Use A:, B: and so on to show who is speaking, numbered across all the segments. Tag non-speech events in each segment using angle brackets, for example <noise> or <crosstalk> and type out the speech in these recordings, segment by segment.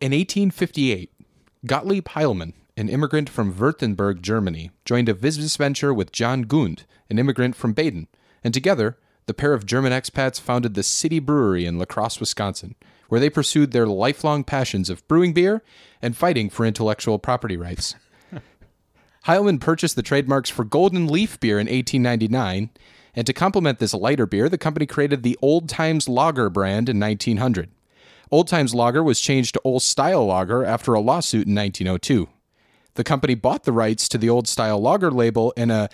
A: In 1858, Gottlieb Heilmann, an immigrant from Württemberg, Germany, joined a business venture with John Gund, an immigrant from Baden, and together, the pair of German expats founded the City Brewery in La Crosse, Wisconsin, where they pursued their lifelong passions of brewing beer and fighting for intellectual property rights. <laughs> Heilman purchased the trademarks for Golden Leaf beer in 1899, and to complement this lighter beer, the company created the Old Times Lager brand in 1900. Old Times Lager was changed to Old Style Lager after a lawsuit in 1902. The company bought the rights to the Old Style Lager label and a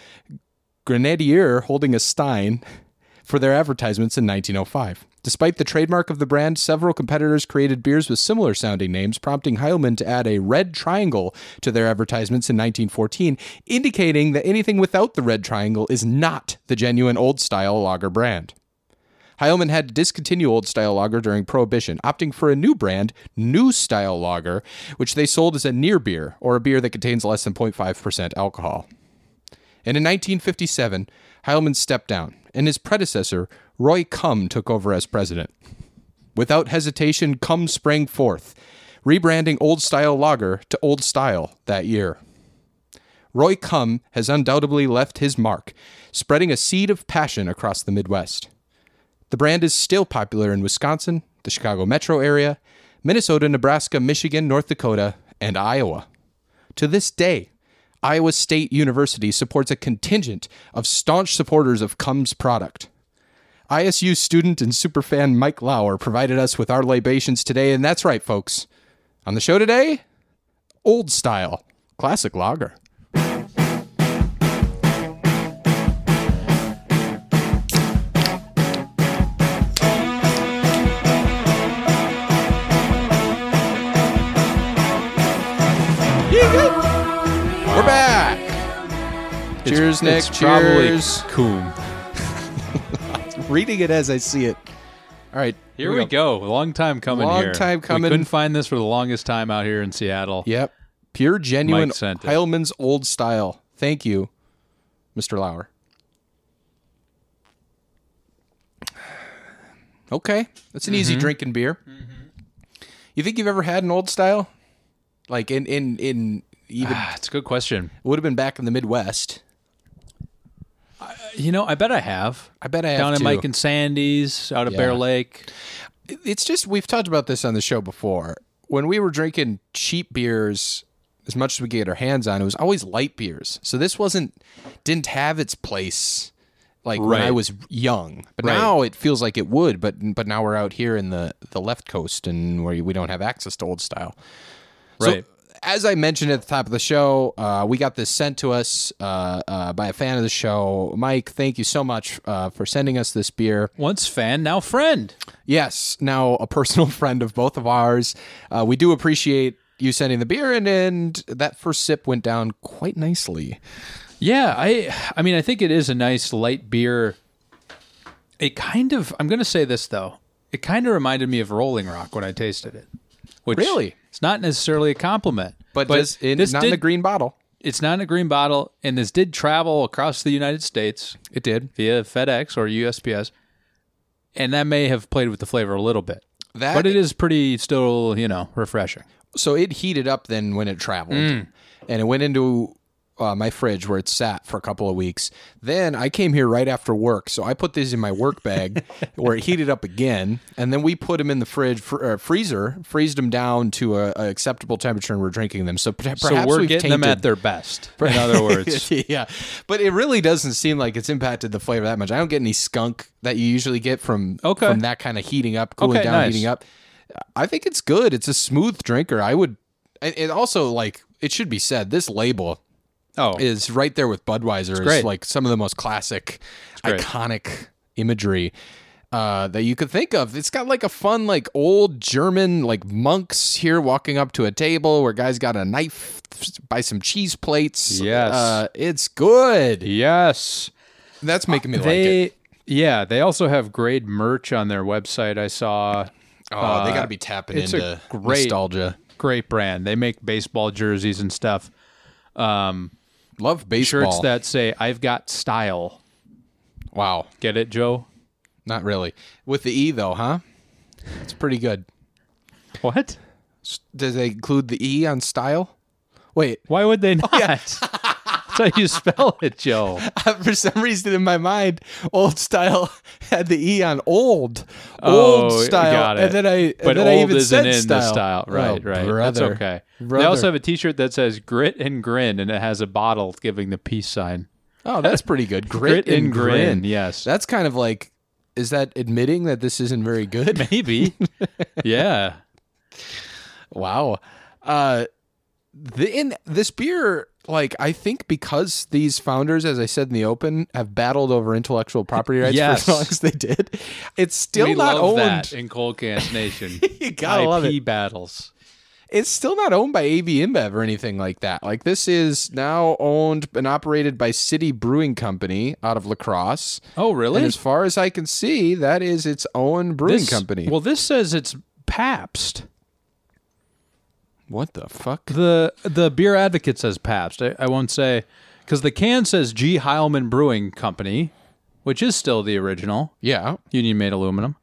A: grenadier holding a stein for their advertisements in 1905. Despite the trademark of the brand, several competitors created beers with similar sounding names, prompting Heilman to add a red triangle to their advertisements in 1914, indicating that anything without the red triangle is not the genuine old style lager brand. Heilman had to discontinue old style lager during Prohibition, opting for a new brand, New Style Lager, which they sold as a near beer, or a beer that contains less than 0.5% alcohol. And in 1957, Heilman stepped down, and his predecessor, Roy Cumm, took over as president. Without hesitation, Cumm sprang forth, rebranding Old Style Lager to Old Style that year. Roy Cumm has undoubtedly left his mark, spreading a seed of passion across the Midwest. The brand is still popular in Wisconsin, the Chicago metro area, Minnesota, Nebraska, Michigan, North Dakota, and Iowa. To this day, Iowa State University supports a contingent of staunch supporters of Cum's product. ISU student and superfan Mike Lauer provided us with our libations today, and that's right, folks. On the show today, old style, classic lager. We're back. Cheers, Nick.
B: It's
A: Cheers.
B: Probably coom.
A: Reading it as I see it. All right,
B: Here we go. Long time coming.
A: Long
B: here.
A: time coming.
B: We couldn't find this for the longest time out here in Seattle.
A: Yep. Pure, genuine
B: Mike sent it.
A: Heilman's old style. Thank you, Mr. Lauer. Okay. That's an easy drinking beer. You think you've ever had an old style? Like in in in <sighs> even
B: Ah, it's a good question.
A: would have been back in the Midwest.
B: You know, I bet I have.
A: I bet I have
B: Down
A: too.
B: at Mike and Sandy's, out of
A: Yeah.
B: Bear Lake.
A: it's just we've talked about this on the show before. When we were drinking cheap beers as much as we could get our hands on, it was always light beers. So this wasn't didn't have its place like when I
B: Right.
A: was young. But
B: Right.
A: now it feels like it would, but but now we're out here in the the left coast and where we don't have access to old style.
B: Right.
A: So, as I mentioned at the top of the show, uh, we got this sent to us uh, uh, by a fan of the show. Mike, thank you so much uh, for sending us this beer.
B: Once fan, now friend.
A: Yes, now a personal <laughs> friend of both of ours. Uh, we do appreciate you sending the beer, and, and that first sip went down quite nicely.
B: Yeah, I I mean I think it is a nice light beer. It kind of I'm gonna say this though. It kind of reminded me of Rolling Rock when I tasted it. Which
A: Really?
B: it's not necessarily a compliment.
A: But, this, in,
B: this
A: not in
B: did-
A: the green bottle.
B: it's not in a green bottle, and this did travel across the United States
A: It did.
B: via FedEx or USPS, and that may have played with the flavor a little bit.
A: That-
B: but it is pretty still, you know, refreshing.
A: So it heated up then when it traveled,
B: Mm.
A: and it went into uh, my fridge where it sat for a couple of weeks. Then I came here right after work, so I put these in my work
B: <laughs>
A: bag where it heated up again, and then we put them in the fridge fr- uh, freezer, freezed them down to a, a acceptable temperature, and we're drinking them. So per- perhaps
B: so we're
A: we've
B: getting them
A: tainted-
B: at their best. In <laughs> other words,
A: <laughs> yeah, but it really doesn't seem like it's impacted the flavor that much. I don't get any skunk that you usually get from
B: Okay.
A: from that kind of heating up, cooling
B: Okay,
A: down,
B: nice.
A: heating up. I think it's good. It's a smooth drinker. I would, and, and also like it should be said, this label
B: oh,
A: is right there with Budweiser. It's
B: great.
A: like some of the most classic,
B: great.
A: iconic imagery. Uh, that you could think of. It's got like a fun, like old German, like monks here walking up to a table where guys got a knife by some cheese plates.
B: Yes.
A: uh, it's good.
B: yes.
A: That's making me like it.
B: they yeah they also have great merch on their website i saw
A: Oh, they got to be tapping
B: uh, it's a
A: into
B: great-
A: nostalgia.
B: great brand they make baseball jerseys and stuff
A: Love
B: shirts
A: baseball.
B: that say i've got style
A: wow,
B: get it joe
A: not really with the e though, huh? It's pretty good.
B: what
A: S- Do they include the E on style? Wait,
B: Why
A: <laughs>
B: would they not? <laughs> That's how you spell it, Joe.
A: <laughs> for some reason in my mind, old style <laughs> had the E on old.
B: Oh,
A: old style.
B: Got it.
A: And then I, and
B: but
A: then
B: old
A: I even
B: isn't
A: said
B: in
A: style.
B: the style, right?
A: Oh,
B: right.
A: Brother.
B: That's okay. They
A: Brother.
B: also have a T-shirt that says "Grit and Grin" and it has a bottle giving the peace sign.
A: oh, that's pretty
B: <laughs>
A: good. Grit, and grin.
B: Yes,
A: That's kind of like, is that admitting that this isn't very
B: <laughs>
A: good? <laughs>
B: maybe. yeah.
A: wow. Uh, the, in this beer, like I think because these founders, as I said in the open, have battled over intellectual property rights
B: Yes.
A: for as long as they did, it's still
B: we
A: not
B: love
A: owned.
B: that in Cold Cans Nation.
A: <laughs> You gotta
B: IP
A: love it.
B: battles.
A: it's still not owned by AB InBev or anything like that. Like this is now owned and operated by City Brewing Company out of Lacrosse.
B: Oh, really?
A: And as far as I can see, that is its own brewing
B: This-
A: company.
B: Well, this says it's Pabst.
A: what the fuck?
B: The the beer advocate says Pabst. I, I won't say because the can says G Heilman Brewing Company, which is still the original
A: Yeah.
B: Union Made Aluminum.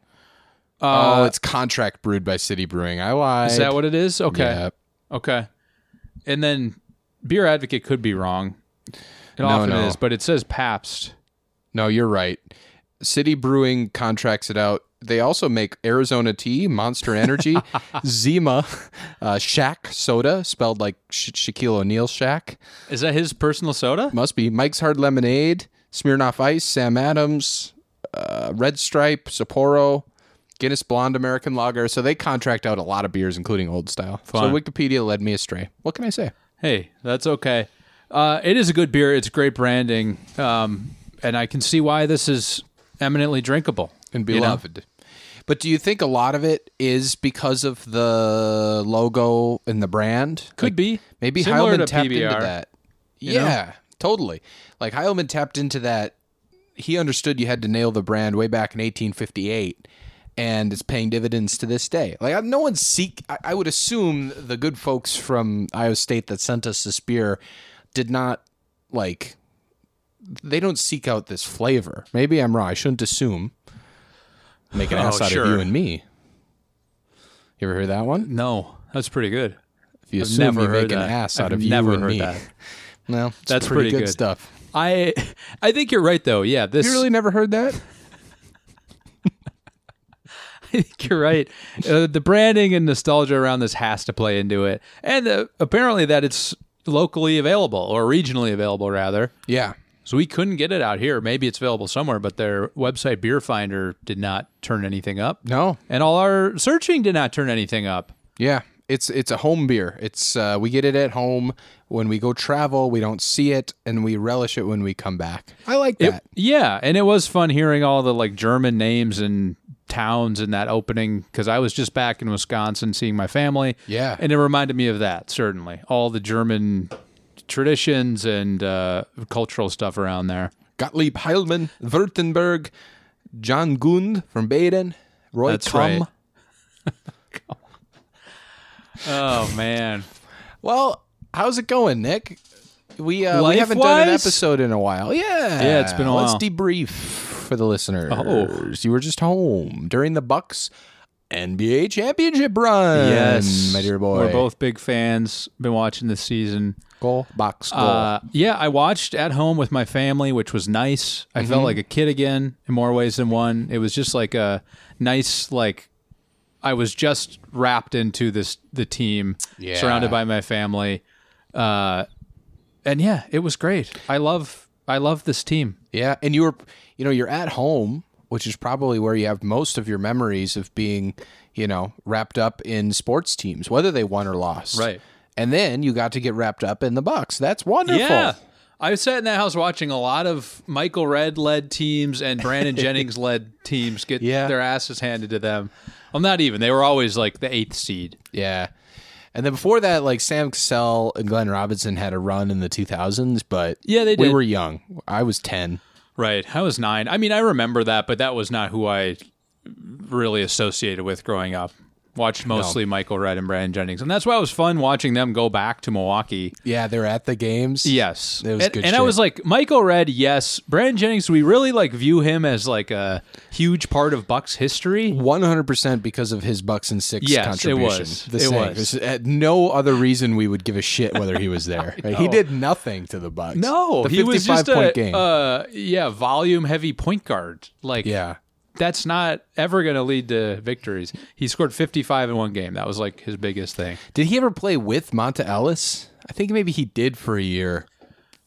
A: oh, it's contract brewed by City Brewing. I lied.
B: uh, Is that what it is? Okay.
A: Yeah.
B: Okay. And then beer advocate could be wrong. It often
A: no.
B: is, but it says Pabst.
A: No, you're right. City Brewing contracts it out. They also make Arizona Tea, Monster
B: <laughs>
A: Energy, Zima, uh, Shack Soda, spelled like Sha- Shaquille O'Neal Shack.
B: Is that his personal soda?
A: Must be Mike's Hard Lemonade, Smirnoff Ice, Sam Adams, uh, Red Stripe, Sapporo, Guinness Blonde American Lager. So they contract out a lot of beers, including Old Style. So Wikipedia led me astray. What can I say?
B: Hey, that's okay. Uh, it is a good beer. It's great branding, um, and I can see why this is eminently drinkable.
A: And
B: you know?
A: beloved. But do you think a lot of it is because of the logo and the brand?
B: Could
A: Like,
B: be
A: Maybe
B: Similar
A: Heilman
B: to
A: tapped into
B: PBR.
A: that.
B: know?
A: Yeah, totally. Like Heilman tapped into that. He understood you had to nail the brand way back in 1858, and it's paying dividends to this day. Like I- no one seek. I, I would assume the good folks from Iowa State that sent us this beer did not like. They don't seek out this flavor. Maybe I'm wrong. I shouldn't assume. Make an
B: Oh,
A: ass out
B: sure.
A: of you and me. You ever hear that one?
B: No, that's pretty good.
A: If you
B: I've
A: assume
B: never
A: you
B: heard
A: make an
B: that.
A: ass
B: I've
A: out of you
B: never
A: and
B: heard
A: me.
B: that.
A: <laughs> Well, it's
B: That's
A: pretty, good,
B: pretty good.
A: stuff.
B: I <laughs> I think you're right though. Yeah, this
A: You really never heard that?
B: <laughs> I think you're right. Uh, the branding and nostalgia around this has to play into it, and uh, apparently that it's locally available or regionally available rather.
A: Yeah.
B: So we couldn't get it out here. Maybe it's available somewhere, but their website Beer Finder did not turn anything up.
A: No.
B: And all our searching did not turn anything up.
A: Yeah. It's it's a home beer. It's uh, we get it at home when we go travel. We don't see it, and we relish it when we come back. I like that.
B: Yeah, and it was fun hearing all the like German names and towns in that opening because I was just back in Wisconsin seeing my family.
A: Yeah.
B: and it reminded me of that certainly all the German traditions and uh, cultural stuff around there.
A: Gottlieb Heilmann, Württemberg, John Gund from Baden, Roy
B: That's
A: Krum. <laughs>
B: right. Oh man,
A: Well, how's it going, Nick? We uh, we haven't done an
B: Life-wise?
A: episode in a while. Yeah,
B: Yeah, it's been a while.
A: Let's debrief for the listeners.
B: Oh.
A: You were just home during the Bucks NBA championship run.
B: yes,
A: my dear boy.
B: we're both big fans. Been watching this season.
A: Go Bucks. Go.
B: Uh, yeah, I watched at home with my family, which was nice. I
A: Mm-hmm.
B: felt like a kid again in more ways than one. It was just like a nice like I was just wrapped into this the team,
A: Yeah.
B: surrounded by my family, uh, and yeah, it was great. I love I love this team.
A: Yeah, and you were, you know, you're at home, which is probably where you have most of your memories of being, you know, wrapped up in sports teams, whether they won or lost.
B: Right.
A: And then you got to get wrapped up in the Bucks. That's wonderful.
B: Yeah. I sat in that house watching a lot of Michael Red led teams
A: <laughs>
B: and Brandon Jennings led teams get
A: Yeah.
B: their asses handed to them. I'm not even. They were always like the eighth seed.
A: Yeah. And then before that, like Sam Cassell and Glenn Robinson had a run in the 2000s, but
B: Yeah, they
A: we
B: did.
A: were young. I was 10.
B: Right. I was nine. I mean, I remember that, but that was not who I really associated with growing up. Watched mostly Michael Red and Brian Jennings, and that's why it was fun watching them go back to Milwaukee.
A: Yeah, they're at the games.
B: Yes,
A: It was
B: and,
A: good
B: and I
A: shit.
B: was like, Michael Red, yes, Brian Jennings. We really like view him as like a huge part of Buck's history.
A: One hundred percent because of his bucks and six
B: Yes, it
A: contribution.
B: was.
A: The
B: It
A: same.
B: was.
A: There's, uh, no other reason we would give a shit whether he was
B: <laughs>
A: there. Right? He did nothing to the Bucks.
B: No,
A: the
B: he was just
A: point
B: a
A: game.
B: Uh, yeah, volume heavy point guard. Like,
A: yeah,
B: that's not ever going to lead to victories. He scored 55 in one game. That was like his biggest thing.
A: did he ever play with Monta Ellis? I think maybe he did for a year.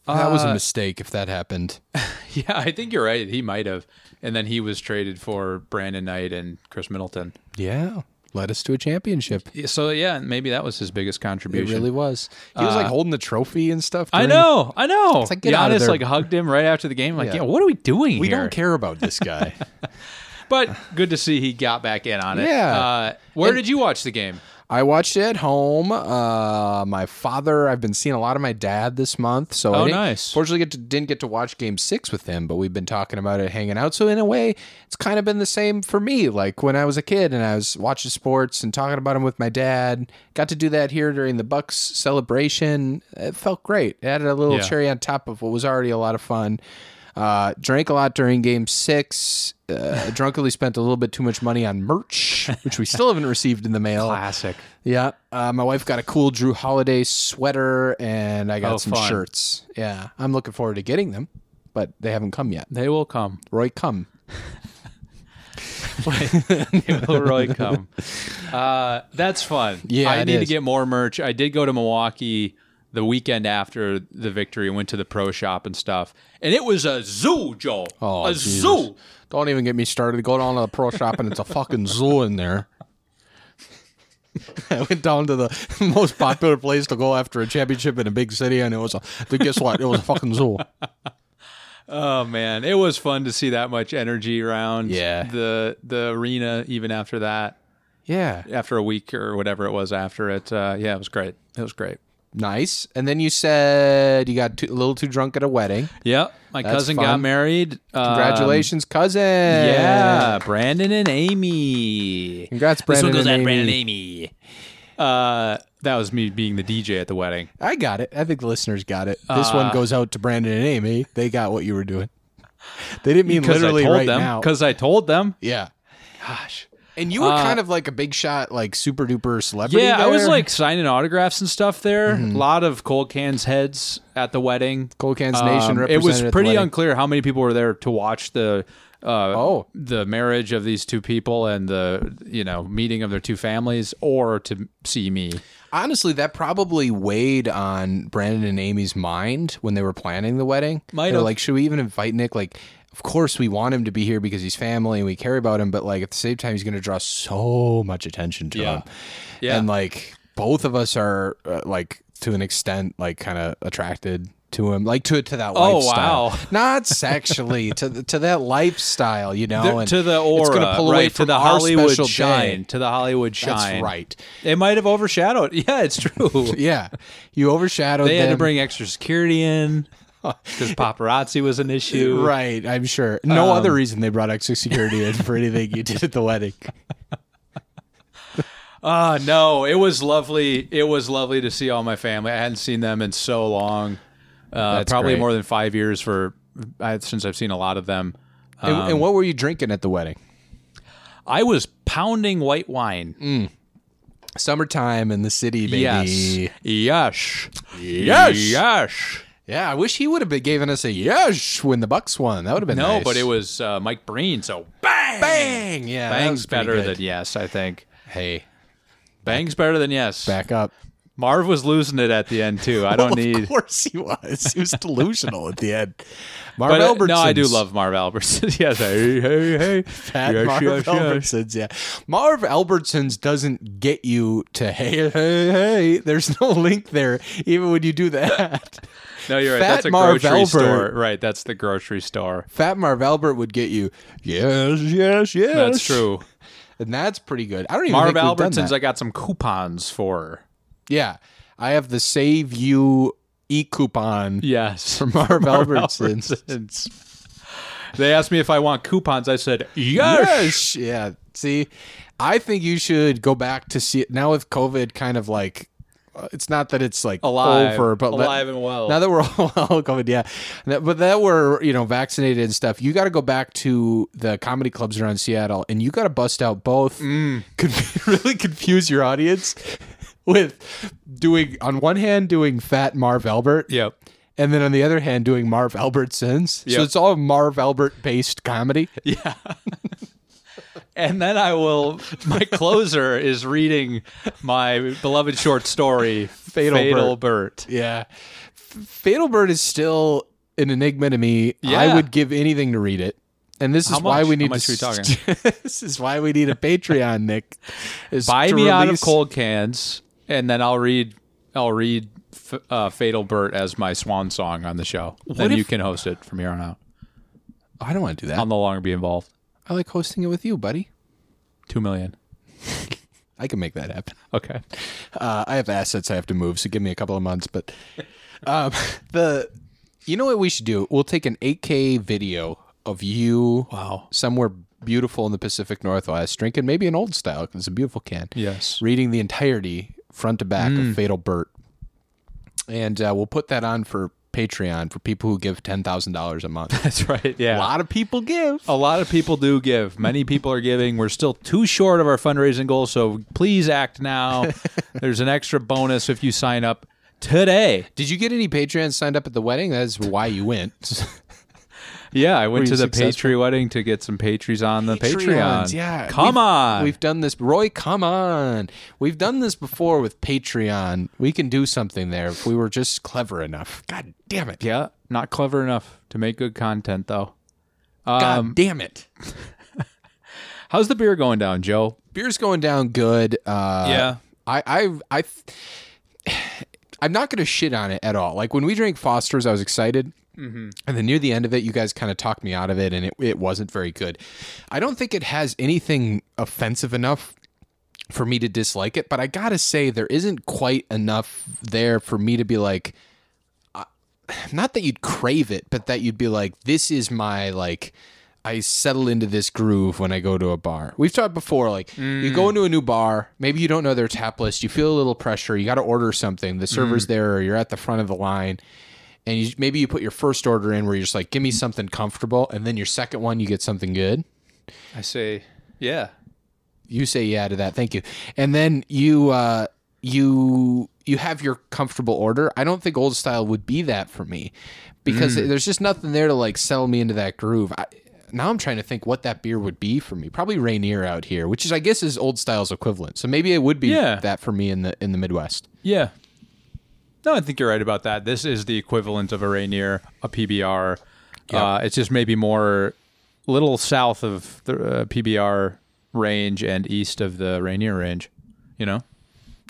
A: That was a
B: Uh,
A: mistake if that happened.
B: <laughs> Yeah, I think you're right. He might have. And then he was traded for Brandon Knight and Chris Middleton.
A: Yeah, led us to a championship.
B: So yeah, maybe that was his biggest
A: It
B: contribution.
A: really Uh, was. He was like holding the trophy and stuff.
B: I
A: during-
B: know, I know.
A: like, get out of
B: Giannis
A: there.
B: like hugged him right after the game. Like,
A: Yeah.
B: yeah, what are we doing
A: We
B: here?
A: don't care about this <laughs> guy.
B: But good to see he got back in on
A: <laughs>
B: it.
A: Yeah.
B: Uh, where did you watch the game?
A: I watched it at home. Uh, my father, I've been seeing a lot of my dad this month, so I
B: Oh,
A: didn't,
B: nice.
A: Fortunately, get to, didn't get to watch Game Six with him, but we've been talking about it, hanging out. So in a way, it's kind of been the same for me. Like when I was a kid and I was watching sports and talking about them with my dad. Got to do that here during the Bucks celebration. It felt great. It added a little
B: Yeah.
A: cherry on top of what was already a lot of fun. Uh, drank a lot during game six. Uh, drunkenly spent a little bit too much money on merch, which we still haven't received in the mail.
B: Classic.
A: Yeah, uh, my wife got a cool Drew Holiday sweater, and I got
B: Oh,
A: some
B: fun.
A: shirts. Yeah, I'm looking forward to getting them, but they haven't come yet.
B: They will come.
A: Roy, come.
B: they will really come. Uh, that's fun.
A: Yeah,
B: I
A: it
B: need to
A: is.
B: get more merch. I did go to Milwaukee the weekend after the victory. Went to the pro shop and stuff, and it was a zoo, Joel.
A: Oh,
B: a
A: Jesus.
B: zoo.
A: Don't even get me started. Go down to the pro shop, and it's a fucking zoo in there. <laughs> I went down to the <laughs> most popular place to go after a championship in a big city, and it was a. But guess what? It was a fucking zoo.
B: Oh man, it was fun to see that much energy around.
A: Yeah.
B: the the arena. Even after that,
A: Yeah,
B: after a week or whatever it was after it. Uh, yeah, it was great. It was great.
A: nice. And then you said you got too, a little too drunk at a wedding.
B: Yeah, my cousin got
A: fun.
B: married. Um,
A: Congratulations, cousin.
B: Yeah, Brandon and Amy.
A: Congrats, Brandon
B: This one goes
A: and
B: out to Brandon and
A: Amy.
B: Amy. Uh, that was me being the DJ at the wedding.
A: I got it. I think the listeners got it. This one
B: Uh,
A: goes out to Brandon and Amy. They got what you were doing. <laughs> They didn't mean
B: Because I
A: literally
B: told
A: right
B: them.
A: now.
B: Because I told them.
A: Yeah.
B: Gosh.
A: And you were kind of like a big shot, like super duper celebrity.
B: Uh, Yeah, I was
A: there. Mm-hmm.
B: like signing autographs and stuff there. A lot of cold cans heads at the wedding. Um,
A: Cold Cans Nation
B: It was
A: represented at the
B: pretty
A: wedding.
B: unclear how many people were there to watch the. Uh,
A: Oh.
B: the marriage of these two people and the you know meeting of their two families, or to see me.
A: honestly, that probably weighed on Brandon and Amy's mind when they were planning the wedding.
B: Might
A: They're
B: have.
A: like, should we even invite Nick? Like, of course we want him to be here because he's family and we care about him, but like at the same time, he's going to draw so much attention to
B: Yeah.
A: him.
B: Yeah.
A: and like both of us are uh, like to an extent like kind of attracted to him like to to that
B: Oh,
A: lifestyle
B: wow.
A: not sexually to the, to that lifestyle you know
B: The-
A: and
B: to the aura,
A: it's gonna pull
B: right?
A: away
B: to
A: from
B: the
A: our
B: Hollywood
A: special
B: shine,
A: day.
B: to the Hollywood shine.
A: that's right
B: It might have overshadowed. <laughs> Yeah, it's
A: <laughs>
B: true.
A: yeah you overshadowed
B: they had to
A: them.
B: bring extra security
A: <laughs>
B: in because paparazzi was an issue.
A: right i'm sure no
B: Um,
A: other reason they brought extra security in for anything you did at the wedding
B: Ah, no, it was lovely. It was lovely to see all my family. I hadn't seen them in so long. Uh,
A: That's
B: probably
A: great.
B: more than five years for I- since I've seen a lot of them.
A: and, and what were you drinking at the wedding
B: I was pounding white wine.
A: Mm, summertime in the city baby
B: Yes. Yes. Yes. Yes.
A: yeah i wish he would have been giving us a yes when the bucks won that would have been
B: No,
A: nice.
B: but it was uh, Mike Breen, so bang!
A: Bang! Yeah, that
B: Bang's
A: was pretty
B: better
A: good.
B: than yes, I think.
A: hey,
B: Bang's better than yes.
A: back up.
B: Marv was losing it at the end too. I
A: <laughs>
B: don't
A: Of
B: need.
A: course he was. He was delusional at the end. Marv
B: <laughs> But uh,
A: Albertsons.
B: no, I do love Marv Albertson. <laughs> yes, hey, hey, hey.
A: Pat
B: yes,
A: Marv
B: yes, yes.
A: Albertsons. Yeah, Marv Albertsons doesn't get you to hey hey hey. There's no link there, even when you do that. <laughs>
B: No, you're right.
A: Fat
B: that's a
A: Marv
B: grocery
A: Albert.
B: store. Right, that's the grocery store.
A: Fat Marv Albert would get you. Yes, yes, yes.
B: That's true.
A: and that's pretty good. I don't even
B: Marv
A: think we've done
B: Albertson's.
A: that.
B: I got some coupons for.
A: yeah, I have the Save You e
B: <laughs>
A: coupon
B: Yes,
A: for Marv, Albertsons.
B: Albertsons. They asked me if I want coupons. I said
A: Yes.
B: yes.
A: Yeah. See, I think you should go back to see it now with COVID kind of like uh, it's not that it's like
B: Alive.
A: over, but let-
B: Alive and well.
A: Now that we're <laughs> all all COVID, yeah, That- but that we're you know vaccinated and stuff, you got to go back to the comedy clubs around Seattle, and you got to bust out both. Could <laughs> really confuse your audience with doing on one hand doing Fat Marv Albert,
B: Yep.
A: and then on the other hand doing Marv Albert sins. So
B: Yep.
A: it's all Marv Albert based comedy.
B: Yeah. and then I will. My closer is reading my beloved short story,
A: Fatal
B: Bert.
A: Yeah. F- Fatal Bird is still an enigma to me. I
B: Yeah.
A: would give anything to read it. And this
B: How
A: is why
B: much?
A: we need
B: How much
A: to
B: are we
A: <laughs> this is why we need a Patreon, Nick. is
B: Buy
A: to
B: me out of
A: release-
B: cold cans, and then I'll read. I'll read F- uh, Fatal Bert as my swan song on the show. then
A: if-
B: you can host it from here on out.
A: I don't want to do that.
B: I'll no longer be involved.
A: I like hosting it with you, buddy.
B: Two million.
A: I can make that happen.
B: Okay.
A: Uh, I have assets I have to move, so give me a couple of months. But <laughs> um, the you know what we should do? We'll take an 8K video of you
B: Wow.
A: somewhere beautiful in the Pacific Northwest, drinking maybe an old style 'cause it's a beautiful can.
B: Yes. Mm.
A: reading the entirety front to back of Fatal Bert, and uh, we'll put that on for Patreon for people who give ten thousand dollars a month.
B: <laughs> That's right. Yeah.
A: a lot of people give. Oh,
B: A lot of people do give. Many people are giving. We're still too short of our fundraising goal, so please act <laughs> now. There's an extra bonus if you sign up today.
A: Did you get any Patreons signed up at the wedding? That's why you went. <laughs>
B: Yeah, I
A: you
B: went to the
A: successful?
B: Patreon wedding to get some Patries on the
A: Patreons,
B: Patreon.
A: yeah.
B: Come
A: We've-
B: on.
A: We've done this, Roy. Come on, we've done this before with Patreon. We can do something there if we were just clever enough. God damn it!
B: yeah, not clever enough to make good content though.
A: God damn it!
B: How's the beer going down, Joe?
A: beer's going down good. Uh,
B: Yeah.
A: I, I, I, I'm not going to shit on it at all. Like when we drank Foster's, I was excited. And then near the end of it, you guys kind of talked me out of it, and it, it wasn't very good. I don't think it has anything offensive enough for me to dislike it, but I got to say, there isn't quite enough there for me to be like, I- not that you'd crave it, but that you'd be like, this is my, like, I settle into this groove when I go to a bar. We've talked before, like, you go into a new bar, maybe you don't know their tap list, you feel a little pressure, you got to order something, the server's there, or you're at the front of the line and you, maybe you put your first order in where you're just like, give me something comfortable, and then your second one you get something good.
B: I say, yeah.
A: You say yeah to that, thank you, and then you uh, you you have your comfortable order. I don't think old style would be that for me because there's just nothing there to like settle me into that groove. I, now I'm trying to think what that beer would be for me. Probably Rainier out here, which is I guess is old style's equivalent. So maybe it would be
B: Yeah.
A: that for me in the in the Midwest.
B: Yeah. No, I think you're right about that. This is the equivalent of a Rainier, a PBR. Uh, it's just maybe more little south of the uh, PBR range and east of the Rainier range, you know?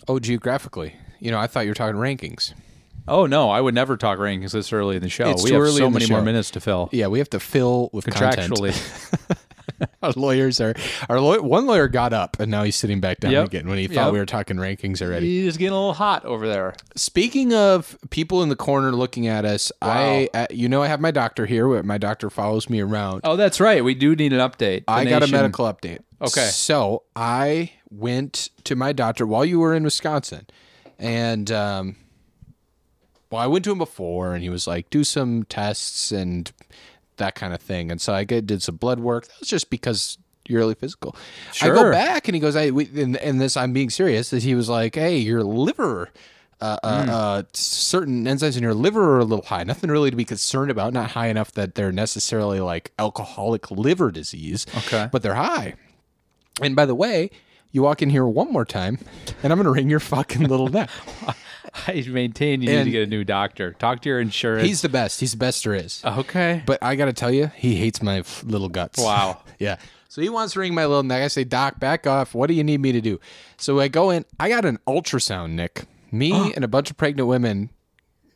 A: Oh, geographically, you know, I thought you were talking rankings.
B: Oh, no, I would never talk rankings this early in the show.
A: It's
B: we
A: too
B: have
A: early
B: so
A: in the
B: many more
A: show.
B: minutes to fill.
A: Yeah, we have to fill with content.
B: Contractually.
A: <laughs> our lawyers are our lawyer, one lawyer got up and now he's sitting back down
B: Yep.
A: again when he thought
B: Yep.
A: we were talking rankings already.
B: He's getting a little hot over there.
A: Speaking of people in the corner looking at us, I uh, you know I have my doctor here. where My doctor follows me around.
B: Oh, that's right. We do need an update. The
A: I got a
B: nation-
A: medical update.
B: Okay.
A: So I went to my doctor while you were in Wisconsin, and um, well, I went to him before, and he was like, "Do some tests and that kind of thing." And so I get- did some blood work. That was just because yearly physical. I go
B: Sure.
A: back, and he goes, "I we, and, and this I'm being serious." That he was like, "Hey, your liver." Uh,
B: Hmm.
A: uh, uh, certain enzymes in your liver are a little high. Nothing really to be concerned about. Not high enough that they're necessarily like alcoholic liver disease.
B: Okay.
A: But they're high. And by the way, you walk in here one more time, and I'm going to wring your fucking little
B: <laughs>
A: neck.
B: <laughs> I maintain you need
A: And-
B: to get a new doctor. Talk to your insurance.
A: He's the best. He's the best there is.
B: okay.
A: But I got to tell you, he hates my f- little guts.
B: Wow.
A: <laughs> yeah. So he wants to wring my little neck. I say, Doc, back off. What do you need me to do? So I go in. I got an ultrasound, Nick. Me
B: <gasps>
A: and a bunch of pregnant women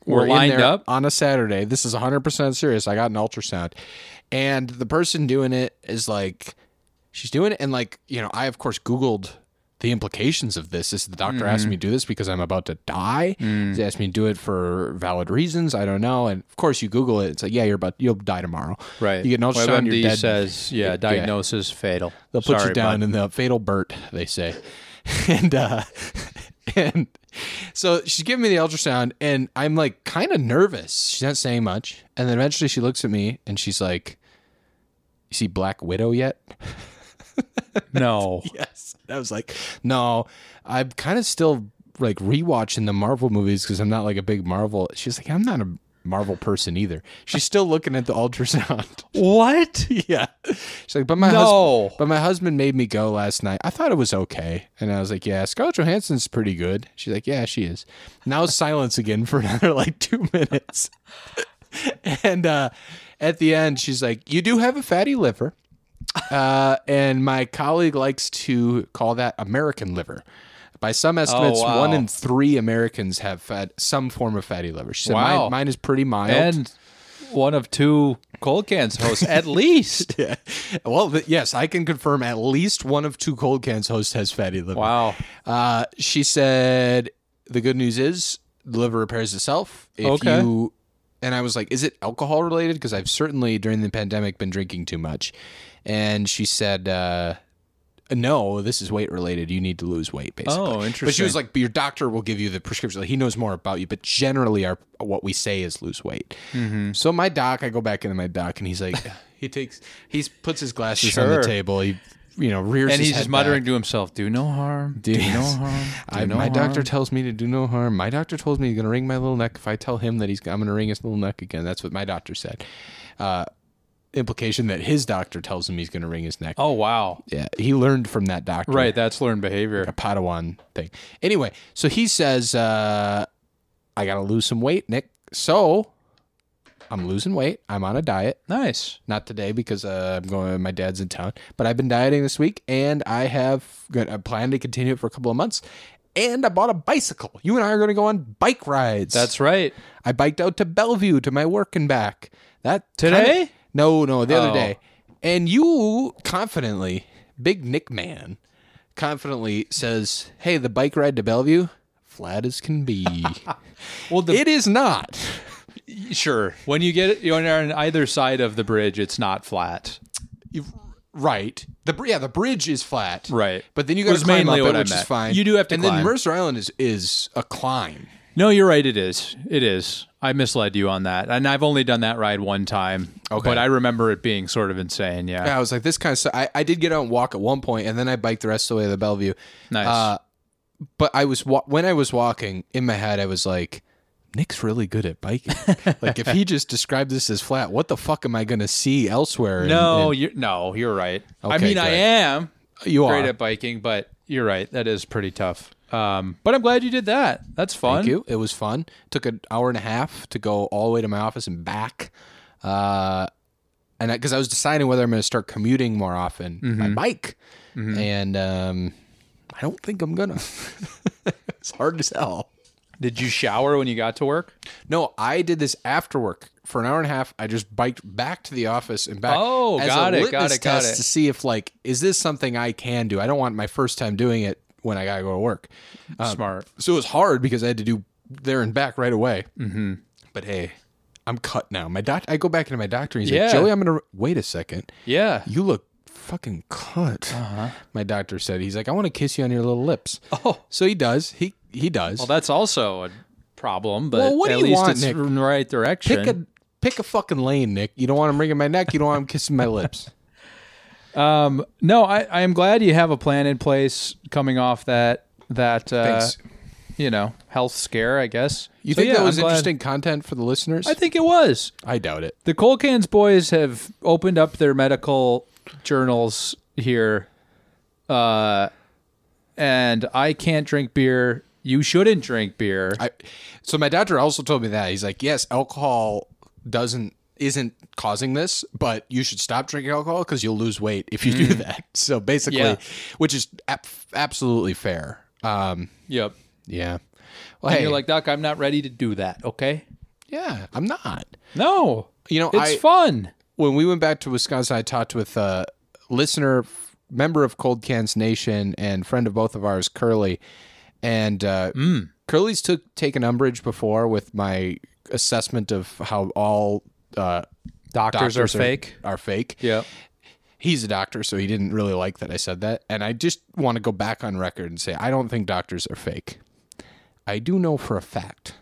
B: We're
A: in
B: lined
A: there
B: up?
A: on a Saturday. This is 100% serious. I got an ultrasound. And the person doing it is like, she's doing it. And like, you know, I, of course, Googled the implications of this is the doctor asked
B: Mm-hmm.
A: me to do this because I'm about to die.
B: Mm.
A: He asked me to do it for valid reasons. I don't know. And of course, you Google it. It's like, yeah, you're about you'll die tomorrow.
B: Right.
A: You get an ultrasound.
B: WebMD
A: You're dead.
B: says, yeah, diagnosis fatal.
A: They'll put
B: Sorry,
A: you down
B: bud.
A: in the fatal Burt, they say. <laughs> and uh <laughs> and so she's giving me the ultrasound and I'm like kind of nervous. She's not saying much. And then eventually she looks at me and she's like, You see Black Widow yet? <laughs>
B: No. <laughs>
A: Yes. And I was like, No, I'm kind of still like rewatching the Marvel movies because I'm not like a big Marvel. She's like, I'm not a Marvel person either. She's still looking at the ultrasound. <laughs>
B: What?
A: Yeah. She's like, but my <laughs>
B: No.
A: husband, but my husband made me go last night. I thought it was okay, and I was like, yeah, Scarlett Johansson's pretty good. She's like, yeah, she is. Now silence again for <laughs> another like two minutes, <laughs> and uh, at the end, she's like, you do have a fatty liver, uh, and my colleague likes to call that American liver. By some estimates,
B: Oh, wow.
A: one in three Americans have fat, some form of fatty liver. She said,
B: Wow.
A: mine, mine is pretty mild.
B: And one of two cold cans hosts at least.
A: <laughs> Yeah. Well, th- yes, I can confirm at least one of two cold cans hosts has fatty liver.
B: Wow.
A: Uh, she said the good news is the liver repairs itself. If
B: Okay.
A: you and I was like, is it alcohol related? Because I've certainly during the pandemic been drinking too much. And she said, uh, no, this is weight related. You need to lose weight, basically.
B: Oh,
A: But she
B: interesting.
A: was like, "But your doctor will give you the prescription. Like, he knows more about you, but generally, our what we say is lose weight.
B: Mm-hmm.
A: So my doc, I go back into my doc, and he's like, <laughs> he takes, he puts his glasses on
B: Sure.
A: the table. He, you know, rears
B: and
A: his
B: he's
A: head
B: just
A: back.
B: muttering to himself, "Do no harm. Do no
A: Yes.
B: harm. Do
A: I,
B: no
A: my
B: harm."
A: doctor tells me to do no harm. My doctor tells me he's gonna wring my little neck. If I tell him that he's, I'm gonna wring his little neck again. That's what my doctor said. Uh, implication that his doctor tells him he's gonna wring his neck.
B: Oh wow.
A: Yeah, he learned from that doctor.
B: Right. That's learned behavior.
A: Padawan thing. Anyway, so he says, uh, I got to lose some weight, Nick. So I'm losing weight. I'm on a diet.
B: Nice.
A: Not today because uh, I'm going. My dad's in town, but I've been dieting this week, and I have got, I plan to continue it for a couple of months. And I bought a bicycle. You and I are going to go on bike rides.
B: That's right.
A: I biked out to Bellevue to my work and back. That
B: Today?
A: no, no, the
B: Oh.
A: other day. And you confidently, big Nick man, confidently says, "Hey, the bike ride to Bellevue, flat as can be.
B: <laughs> Well, the,
A: it is not.
B: sure. When you get you're on either side of the bridge, it's not flat.
A: Right. The br- yeah, the bridge is flat.
B: Right.
A: But then you got
B: Was
A: to climb
B: mainly
A: up
B: what
A: it,
B: I
A: which is
B: meant.
A: fine.
B: You do have to
A: And
B: climb.
A: then Mercer Island is is a climb.
B: No, you're right. It is. It is. I misled you on that, and I've only done that ride one time.
A: Okay.
B: But I remember it being sort of insane. Yeah.
A: I was like, this kind of stuff. I, I did get out and walk at one point, and then I biked the rest of the way to the Bellevue.
B: Nice.
A: Uh, but I was wa- when I was walking in my head, I was like, Nick's really good at <laughs> biking. like if he just described this as flat, what the fuck am I going to see elsewhere? in-
B: no,
A: in-
B: you're no, you're right. I
A: Okay,
B: mean, I
A: great.
B: am
A: you are.
B: great at biking, but you're right. That is pretty tough. Um, but I'm glad you did that. That's fun.
A: Thank you. It was fun. Took an hour and a half to go all the way to my office and back. Uh, and because I, was deciding whether I'm going to start commuting more often by bike, and um, I don't think I'm gonna. <laughs> it's hard to tell.
B: Did you shower when you got to work?
A: No, I did this after work for an hour and a half. I just biked back to the office and back.
B: Oh, got it, got
A: litmus
B: it, got
A: test
B: it.
A: To see if like is this something I can do? I don't want my first time doing it when I gotta go to work. Um,
B: Smart.
A: So it was hard because I had to do there and back right away. Mm-hmm. But hey, I'm cut now. My doc, I go back into my doctor. and He's
B: Yeah.
A: like, Joey, I'm gonna wait a second.
B: Yeah.
A: You look fucking cut. My doctor said he's like, I want to kiss you on your little lips.
B: Uh-huh. Oh.
A: so he does. He he does.
B: Well, that's also a problem, but
A: Well, what do
B: at
A: you
B: least
A: want,
B: it's
A: Nick?
B: in the right direction.
A: pick a pick a fucking lane, Nick. You don't want him wringing my neck. You don't want him kissing my lips.
B: um, no, I, I am glad you have a plan in place coming off that that uh,
A: Thanks.
B: you know health scare. I guess
A: You
B: So,
A: think
B: yeah,
A: that was
B: I'm glad-
A: interesting content for the listeners?
B: I think it was.
A: I doubt it.
B: The Cold Cans boys have opened up their medical journals here. Uh, and I can't drink beer. You shouldn't drink beer.
A: I, so my doctor also told me that he's like, yes, alcohol doesn't isn't causing this, but you should stop drinking alcohol because you'll lose weight if you do that. <laughs> So basically,
B: Mm. Yeah.
A: which is ab- absolutely fair. Um,
B: yep.
A: yeah. Well,
B: And
A: hey,
B: you're like, Doc, I'm not ready to do that. Okay.
A: yeah, I'm not.
B: No.
A: You know,
B: It's
A: I,
B: fun.
A: when we went back to Wisconsin, I talked with a listener member of Cold Cans Nation and friend of both of ours, Curly. And uh,
B: Mm.
A: Curly's took taken umbrage before with my assessment of how all uh,
B: Doctors, are fake.
A: Are fake.
B: Yeah.
A: He's a doctor, so he didn't really like that I said that. And I just want to go back on record and say I don't think doctors are fake. I do know for a fact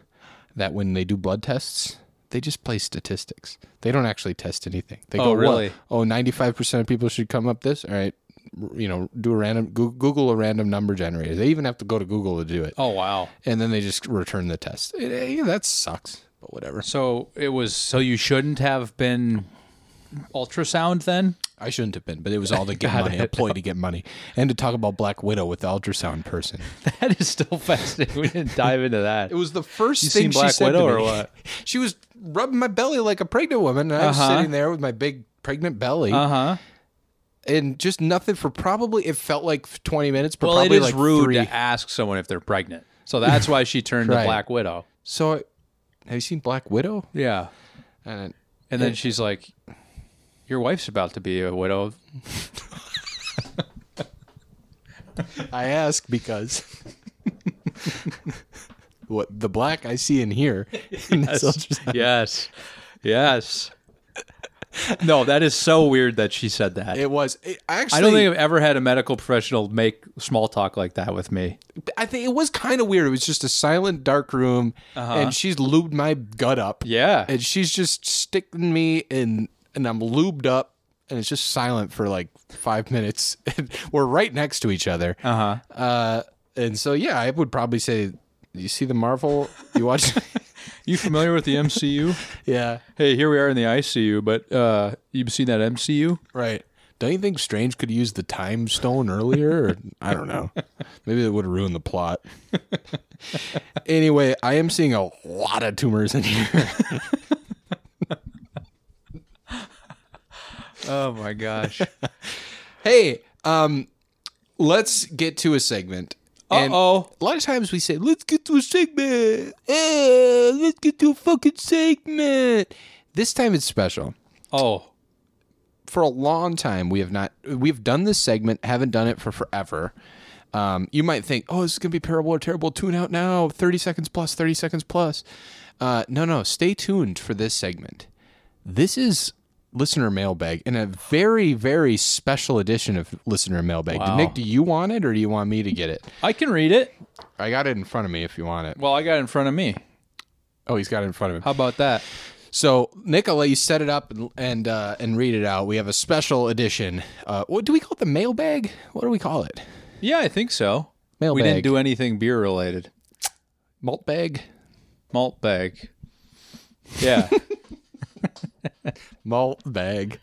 A: that when they do blood tests, they just play statistics. They don't actually test anything. They go,
B: Oh,
A: well,
B: really?
A: oh, 95% of people should come up this. All right. R- You know, do a random, Goo- Google a random number generator. They even have to go to Google to do it.
B: Oh wow.
A: And then they just return the test. It- eh, that sucks, but whatever.
B: So it was. So you shouldn't have been ultrasound then.
A: I shouldn't have been, but it was all to get money, a ploy to get money, and to talk about Black Widow with the ultrasound person.
B: <laughs> That is still fascinating. We didn't dive into that. <laughs>
A: It was the first
B: You
A: thing
B: seen
A: she
B: Black
A: said to
B: Widow or
A: me.
B: what?
A: <laughs> She was rubbing my belly like a pregnant woman, and I was
B: Uh-huh.
A: sitting there with my big pregnant belly,
B: Uh huh.
A: and just nothing for probably. It felt like twenty minutes, but
B: Well, it
A: probably
B: is
A: like
B: rude
A: three.
B: to ask someone if they're pregnant. So that's why she turned <laughs>
A: Right.
B: to Black Widow.
A: So, I- have you seen Black Widow?
B: Yeah.
A: And
B: And then she's like, "Your wife's about to be a widow."
A: I ask because <laughs> what the black I see in here. <laughs> in this ultrasound-
B: <laughs> yes. Yes. <laughs> No, that is so weird that she said that.
A: It was it, actually.
B: I don't think I've ever had a medical professional make small talk like that with me.
A: I think it was kind of weird. It was just a silent, dark room,
B: Uh-huh.
A: and she's lubed my gut up.
B: Yeah.
A: and she's just sticking me, and and I'm lubed up, and it's just silent for like five minutes. <laughs> And We're right next to each other. Uh-huh. And so yeah, I would probably say, you see the Marvel, you watch, <laughs>
B: You familiar with the <laughs> MCU?
A: yeah,
B: hey, here we are in the ICU, but uh, you've seen that MCU?
A: right. Don't you think Strange could use the time stone earlier? Or, I don't know. Maybe that would have ruined the plot. anyway, I am seeing a lot of tumors in here. <laughs>
B: Oh my <laughs> gosh.
A: Hey, um, let's get to a segment. And
B: Uh-oh.
A: A lot of times we say, "Let's get to a segment." Eh, let's get to a fucking segment. This time it's special.
B: oh,
A: For a long time, we have not we've done this segment, haven't done it for forever. Um, you might think, "Oh, this is gonna be terrible or terrible." Tune out now. Thirty seconds plus. Thirty seconds plus. Uh, no, no. Stay tuned for this segment. This is listener mailbag and a very, very special edition of listener mailbag. Nick, do you want it or do you want me to get it?
B: I can read it.
A: I got it in front of me if you want it.
B: Well, I got it in front of me.
A: Oh, he's got it in front of him.
B: How about that?
A: So, Nick, I'll let you set it up and and, uh, and read it out. We have a special edition. Uh, what do we call it? The mailbag? What do we call it?
B: Yeah, I think so. We
A: Mailbag.
B: didn't do anything beer related.
A: Malt bag?
B: Malt bag. Yeah. <laughs>
A: Malt bag.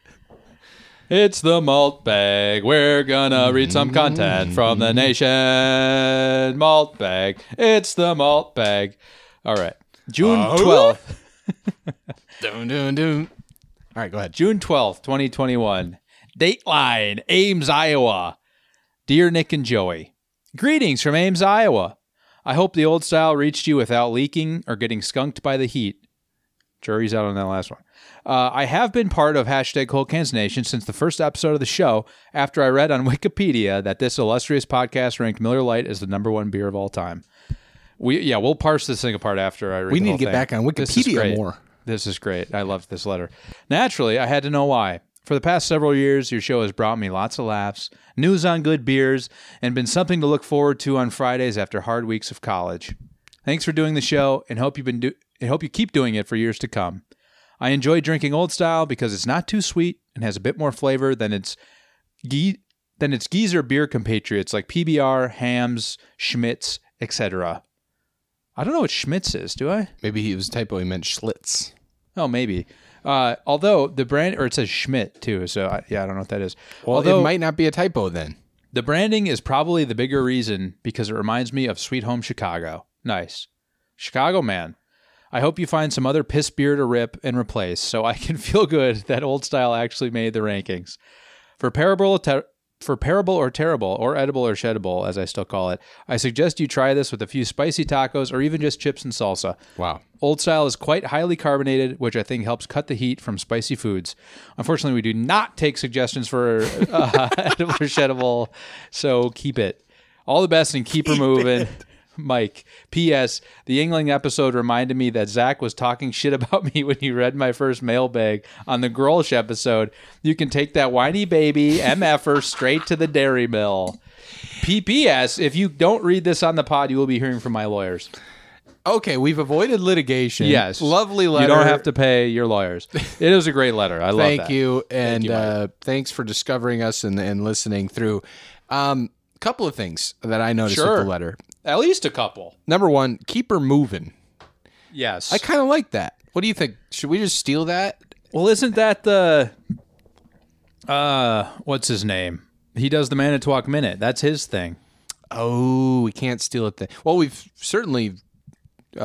B: it's the malt bag. We're gonna read some content from the nation. Malt bag. It's the malt bag. All right. June
A: Uh,
B: 12th.
A: Doom, doom, doom. All right, go ahead.
B: June 12th, 2021. Dateline, Ames, Iowa. Dear Nick and Joey, greetings from Ames, Iowa. I hope the old style reached you without leaking or getting skunked by the heat. Jury's out on that last one. Uh, I have been part of hashtag Cold Cans Nation since the first episode of the show after I read on <laughs> Wikipedia that this illustrious podcast ranked Miller Lite as the number one beer of all time. We yeah, we'll parse this thing apart after I read.
A: We
B: the
A: need to
B: whole
A: get
B: thing.
A: back on
B: This is
A: Wikipedia
B: great.
A: more.
B: This is great. I loved this letter. Naturally, I had to know why. For the past several years, your show has brought me lots of laughs, news on good beers, and been something to look forward to on Fridays after hard weeks of college. Thanks for doing the show, and hope you've been do- and hope you keep doing it for years to come. I enjoy drinking old style because it's not too sweet and has a bit more flavor than its ge- than its geezer beer compatriots like PBR, Hams, Schmitz, etc. I don't know what Schmitz is, do I?
A: Maybe he was typo. He meant Schlitz.
B: Oh, maybe. Uh, although the brand, or it says Schmidt too. So I, yeah, I don't know what that is.
A: Well,
B: although
A: it might not be a typo then.
B: the branding is probably the bigger reason because it reminds me of Sweet Home Chicago. Nice, Chicago man. I hope you find some other piss beer to rip and <laughs> replace, so I can feel good that old style actually made the rankings. For Parabola, Ter- For parable or terrible, or edible or sheddable, as I still call it, I suggest you try this with a few spicy tacos or even just chips and salsa.
A: Wow.
B: Old Style is quite highly carbonated, which I think helps cut the heat from spicy foods. Unfortunately, we do not take suggestions for uh, <laughs> edible or sheddable, so keep it. All the best and keep, removing. <laughs> Mike. P.S. The Yingling episode reminded me that Zach was talking shit about me when he read my first mailbag on the Grolsch episode. You can take that whiny baby MFer straight to the dairy mill. P.P.S. If you don't read this on the pod, you will be hearing from my lawyers.
A: Okay, we've avoided litigation.
B: Yes.
A: Lovely letter.
B: You don't have to pay your lawyers. It is a great letter. I love
A: Thank
B: that.
A: you, and uh, thanks for discovering us and, and listening through. Um, couple of things that I noticed
B: Sure.
A: with the letter.
B: At least a couple.
A: Number one, keep her moving.
B: Yes.
A: I kind of like that. What do you think? Should we just steal that?
B: well, isn't that the uh what's his name? He does the Manitowoc Minute. That's his thing.
A: Oh, we can't steal it. Then. Well, we've certainly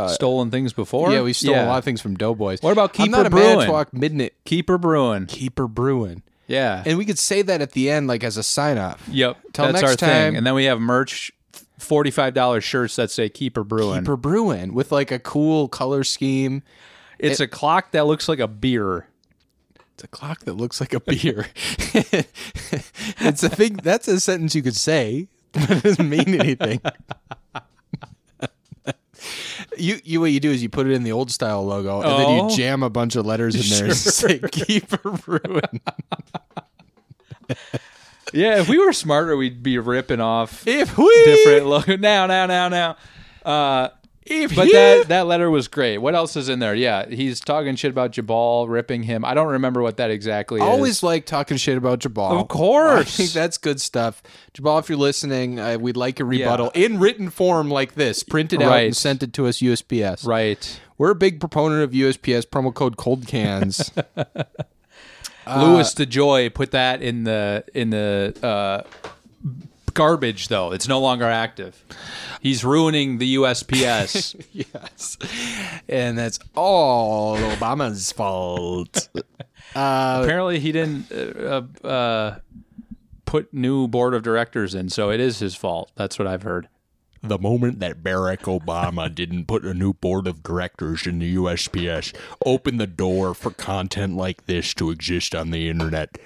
B: Stolen things before.
A: yeah, we've stolen
B: Uh, Yeah.
A: a lot of things from Doughboys.
B: What about
A: I'm
B: keep
A: not
B: her
A: a
B: brewing?
A: Manitowoc Midnight
B: Keep her brewing.
A: Keeper Brewing,
B: Yeah.
A: and we could say that at the end, like as a sign off.
B: yep.
A: Till
B: That's
A: next
B: our
A: time.
B: thing. And then we have merch, forty-five dollars shirts that say "Keep her brewing."
A: Keeper Brewing with like a cool color scheme.
B: it's a clock that looks like a beer.
A: It's a clock that looks like a beer. <laughs> it's a thing. That's a sentence you could say, <laughs> but it doesn't mean anything. <laughs> You, you what you do is you put it in the old style logo and then
B: Oh.
A: you jam a bunch of letters in
B: <laughs>
A: there and say keeper ruin.
B: Yeah. If we were smarter, we'd be ripping off
A: If we
B: different logo. <laughs> Now, now, now, now. Uh,
A: if
B: but
A: he-
B: that that letter was great. What else is in there? Yeah, he's talking shit about Jabal ripping him. I don't remember what that exactly
A: I
B: is.
A: always like talking shit about Jabal.
B: Of
A: <laughs>
B: course.
A: I think that's good stuff. Jabal, if you're listening, uh, we'd like a rebuttal in written form like this, printed out
B: Right.
A: and sent it to us USPS.
B: Right.
A: We're a big proponent of USPS promo code cold <laughs> cans.
C: Uh,
B: Louis DeJoy put that in the in the uh, garbage though. It's no longer active. He's ruining the
C: <laughs>
B: USPS.
A: yes. And that's all Obama's fault.
B: Apparently, he didn't uh, uh, uh, put new board of directors in, so it is his fault. That's what I've heard.
C: The moment that Barack Obama didn't put a new board of directors in the USPS opened the door for content like this to exist on the internet.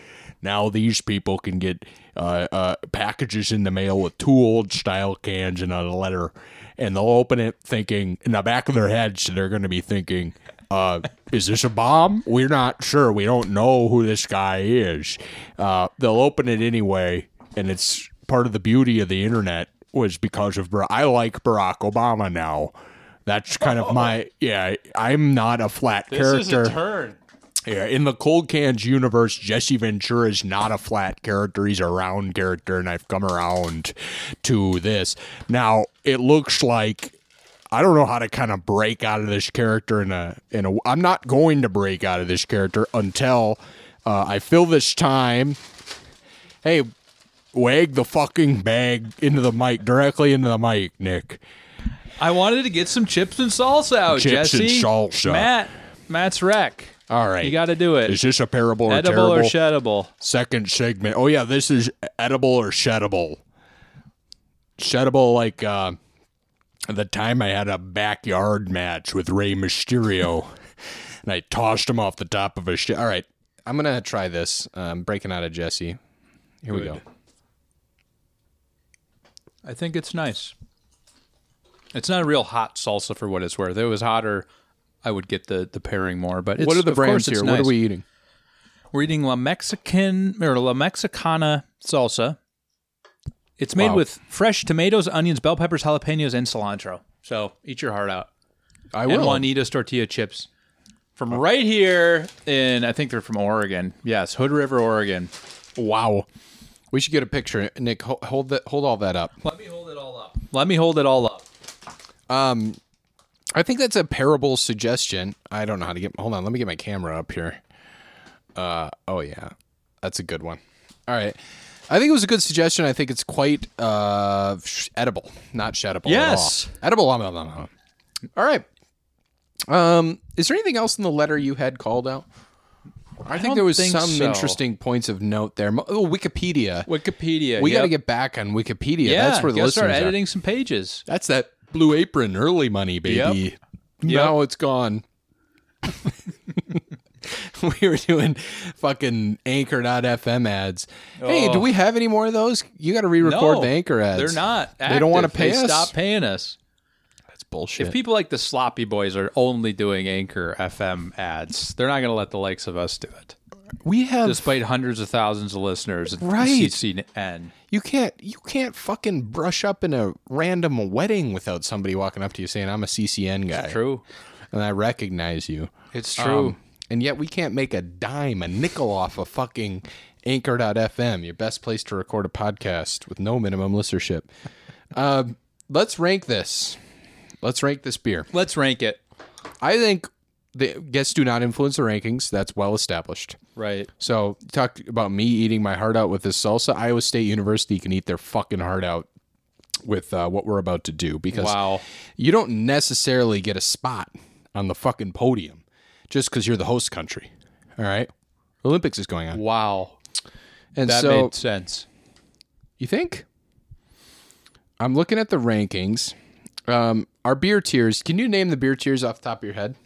C: Now these people can get uh, uh, packages in the mail with two old style cans and a letter, and they'll open it thinking in the back of their heads they're going to be thinking, uh, "Is this a bomb? We're not sure. We don't know who this guy is." Uh, they'll open it anyway, and it's part of the beauty of the internet was because of Barack. I like Barack Obama now. That's kind of my yeah. I'm not a flat character.
B: turn.
C: yeah, in the cold cans universe, Jesse Ventura is not a flat character. He's a round character, and I've come around to this. Now it looks like I don't know how to kind of break out of this character in a in a. I'm not going to break out of this character until uh, I fill this time. Hey, wag the fucking bag into the mic directly into the mic, Nick.
B: I wanted to get some chips and salsa out,
C: Chips and
B: Jesse.
C: salsa.
B: Matt, Matt's wreck.
C: All right,
B: You got to do
C: Is
B: it.
C: this a parable or
B: Edible
C: terrible?
B: or sheddable?
C: Second segment. Oh yeah, this is edible or sheddable. Sheddable like uh the time I had a backyard match with
A: <laughs>
C: Rey Mysterio and I tossed him off the top of a shit. All right.
A: I'm going to try this. I'm breaking out of Jesse. Here we go.
B: I think it's nice. It's not a real hot salsa for what it's worth. If it was hotter, I would get the, the pairing more. But it's,
A: What are the
B: of course
A: brands
B: it's
A: here?
B: Nice.
A: What are we eating?
B: We're eating La Mexican or La Mexicana salsa. It's made
A: Wow.
B: with fresh tomatoes, onions, bell peppers, jalapenos, and cilantro. So eat your heart out.
A: I
B: And
A: will.
B: Juanita's tortilla chips from right here in I think they're from Oregon. Yes, Hood River, Oregon.
C: Wow.
A: We should get a picture. Nick, ho- hold that. Hold all that up.
B: Let me hold it all up. Let me hold it all up.
A: I think that's a parable suggestion. I don't know how to get. Hold on, let me get my camera up here. Uh, oh yeah, that's a good one. All right, I think it was a good suggestion. I think it's quite uh, sh- edible, not sheddable.
B: Yes.
A: at all. edible. um, um, um, um. All right. Um, is there anything else in the letter you had called out? I, think
B: don't
A: there was
B: think
A: some
B: so.
A: interesting points of note there. Mo- Oh, Wikipedia.
B: Wikipedia.
A: we got to
B: yep.
A: get back on Wikipedia.
B: Yeah,
A: That's where the
B: gotta
A: listeners
B: start
A: are.
B: editing some pages.
A: That's that blue apron early money, baby. Now it's gone. <laughs> we were doing fucking anchor.fm ads. Hey, do we have any more of those? You got to re record
B: Oh. No,
A: the anchor ads.
B: They're not.
A: They don't wanna
B: active.
A: pay
B: They
A: us?
B: Stop paying us.
A: That's bullshit.
B: If people like the Sloppy Boys are only doing Anchor FM ads, they're not going to let the likes of us do it,
A: we have.
B: despite hundreds of thousands of listeners. At
A: Right.
B: CCN.
A: you can't. You can't fucking brush up in a random wedding without somebody walking up to you saying, "I'm a CCN guy,"
B: True.
A: and I recognize you.
B: It's true.
A: Um, and yet we can't make a dime, a nickel off of fucking anchor.fm, your best place to record a podcast with no minimum listenership. Um, let's rank this. Let's rank this beer.
B: Let's rank it.
A: I think the guests do not influence the rankings. That's well established.
B: Right.
A: So, you talked about me eating my heart out with this salsa. Iowa State University can eat their fucking heart out with uh, what we're about to do because
B: Wow.
A: you don't necessarily get a spot on the fucking podium just because you're the host country. All right. Olympics is going on.
B: Wow.
A: And
B: That
A: so,
B: made sense.
A: you think? I'm looking at the rankings. Um, our beer tiers. Can you name the beer tiers off the top of your head?